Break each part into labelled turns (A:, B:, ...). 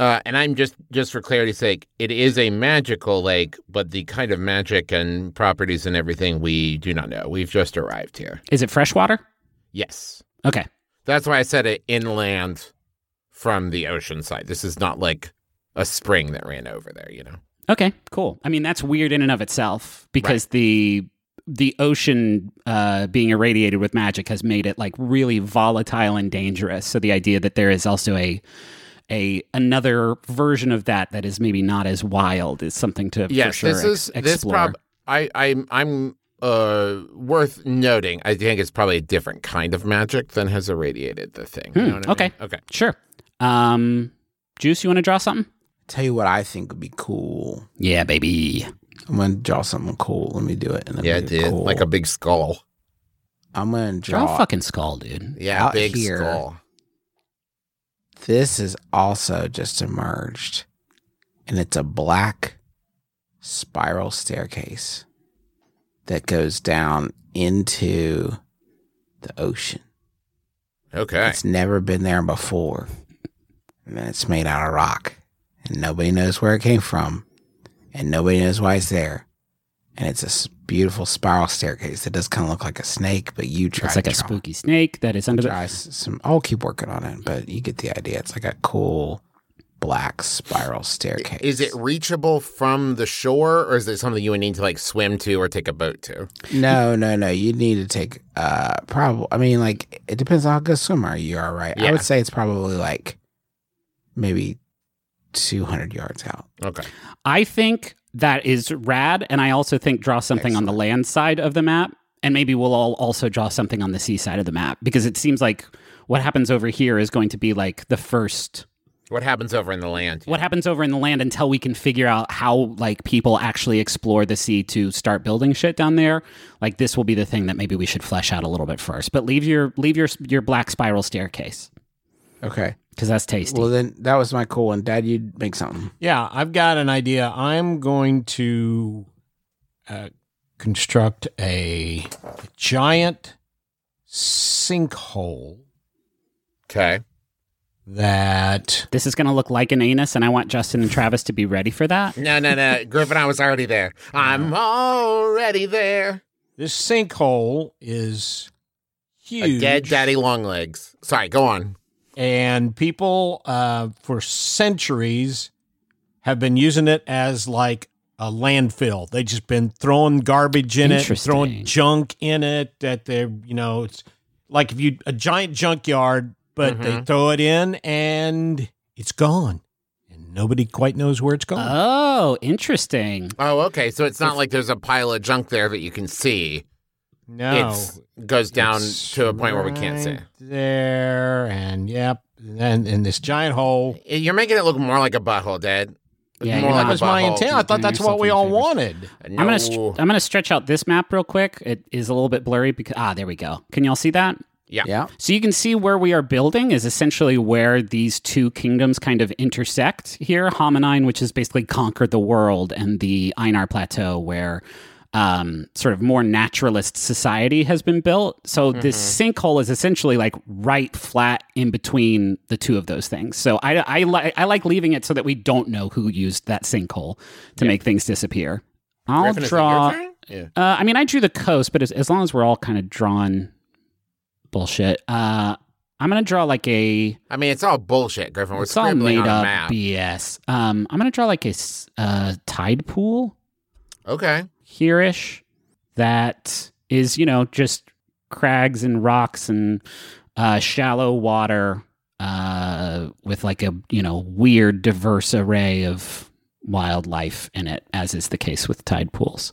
A: Uh, and I'm just just for clarity's sake, it is a magical lake, but the kind of magic and properties and everything we do not know. We've just arrived here.
B: Is it freshwater?
A: Yes,
B: Okay.
A: that's why I said it inland from the ocean side. This is not like a spring that ran over there. You know.
B: Okay, cool. I mean, that's weird in and of itself because the the ocean uh, being irradiated with magic has made it like really volatile and dangerous. So the idea that there is also a a another version of that that is maybe not as wild is something to for
A: Yes,
B: sure
A: this is
B: ex-
A: this
B: explore.
A: prob. I I'm I'm uh worth noting. I think it's probably a different kind of magic than has irradiated the thing. You
B: Hmm,
A: know what I
B: okay.
A: mean? Okay.
B: sure. Um, Juice, you want to draw something?
C: Tell you what I think would be cool.
B: Yeah, baby.
C: I'm gonna draw something cool. Let me do it. And
A: Yeah, it did. Like a big skull.
C: I'm gonna
B: Draw
C: draw.
B: a fucking skull, dude.
A: Yeah,
C: Out
A: big
C: here.
A: skull.
C: This is also just emerged, and it's a black spiral staircase that goes down into the ocean.
A: Okay.
C: It's never been there before. And it's made out of rock. And nobody knows where it came from. And nobody knows why it's there. And it's a s- beautiful spiral staircase that does kind of look like a snake, but you try
B: It's like
C: to
B: a
C: draw-
B: spooky snake that is under the
C: Try s- some. I'll keep working on it, but you get the idea. It's like a cool black spiral staircase.
A: Is it reachable from the shore, or is it something you would need to like swim to or take a boat to?
C: No, no, no. You need to take uh probably I mean like it depends on how good a swimmer you are, right? I
A: Yeah.
C: would say it's probably like maybe 200 yards out.
A: Okay.
B: I think that is rad, and I also think draw something on the land side of the map, and maybe we'll all also draw something on the sea side of the map because it seems like what happens over here is going to be like the first
A: What happens over in the land?
B: what happens over in the land until we can figure out how like people actually explore the sea to start building shit down there like this will be the thing that maybe we should flesh out a little bit first but leave your leave your your black spiral staircase
C: Okay.
B: because that's tasty
C: Well then that was my cool one. Dad, you'd make something.
D: Yeah, I've got an idea. I'm going to uh, construct a giant sinkhole
A: Okay.
D: that.
B: this is going to look like an anus and i want justin and travis to be ready for that
A: No, no, no. Griffin, I was already there. I'm already there.
D: This sinkhole is huge.
A: A dead daddy long legs. Sorry, go on.
D: And people uh, for centuries have been using it as like a landfill. They just been throwing garbage in it,
B: Interesting.
D: throwing junk in it that they, are you know, it's like if you a giant junkyard, but they
A: Mhm.
D: throw it in and it's gone. And nobody quite knows where it's gone.
A: Uh,
B: Oh, interesting.
A: Oh, okay. So it's not like there's a pile of junk there that you can see.
D: no.
A: It's goes down
D: It's
A: to a point where we can't see.
D: right There and yep. And in this giant hole.
A: Eh, You're making it look more like a butthole, Dad.
B: Yeah,
A: more
B: you're
A: like
D: That
B: not-
A: a
D: was my
A: butthole.
D: intent. I thought
B: doing
D: that's what
B: yourself
D: we
B: a
D: all
B: favor.
D: wanted.
A: No.
B: I'm gonna str- I'm gonna stretch out this map real quick. It is a little bit blurry because ah, there we go. Can y'all see that?
A: yeah.
C: Yeah.
B: So you can see where we are building is essentially where these two kingdoms kind of intersect here. Hominine, which has basically conquered the world, and the Einar Plateau, where um, sort of more naturalist society has been built. So this
A: Mm-hmm.
B: sinkhole is essentially like right flat in between the two of those things. So I, I, li- I like leaving it so that we don't know who used that sinkhole to make things disappear. I'll
A: Griffin, is it your
B: draw.
A: turn? Yeah.
B: Uh, I mean, I drew the coast, but as, as long as we're all kind of drawing bullshit, uh, I'm gonna draw like a.
A: I mean, Oh, it's all bullshit, Griffin. We're
B: it's all
A: scribbling
B: made
A: on a
B: up
A: map.
B: BS. Um, I'm gonna draw like a s- uh, tide pool
A: okay.
B: here-ish that is, you know, just crags and rocks and uh, shallow water uh, with like a you know weird, diverse array of wildlife in it, as is the case with tide pools.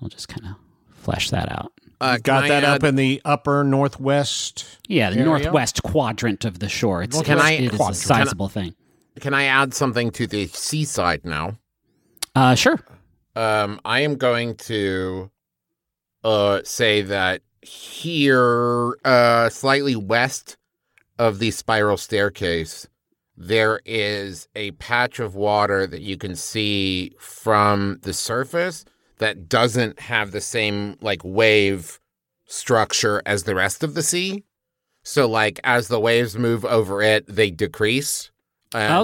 B: I'll just kind of flesh that out.
A: Uh,
D: Got
A: can
D: that
A: I, uh,
D: up in the upper northwest.
B: Yeah, the
D: area?
B: northwest quadrant of the shore. It's,
A: Can
B: it's-
A: I-
B: it is a
A: quadrant.
B: sizable thing.
A: Can I add something to the seaside now?
B: Uh, sure.
A: Um, I am going to uh, say that here, uh, slightly west of the spiral staircase, there is a patch of water that you can see from the surface that doesn't have the same like wave structure as the rest of the sea. So, like as the waves move over it, they decrease. And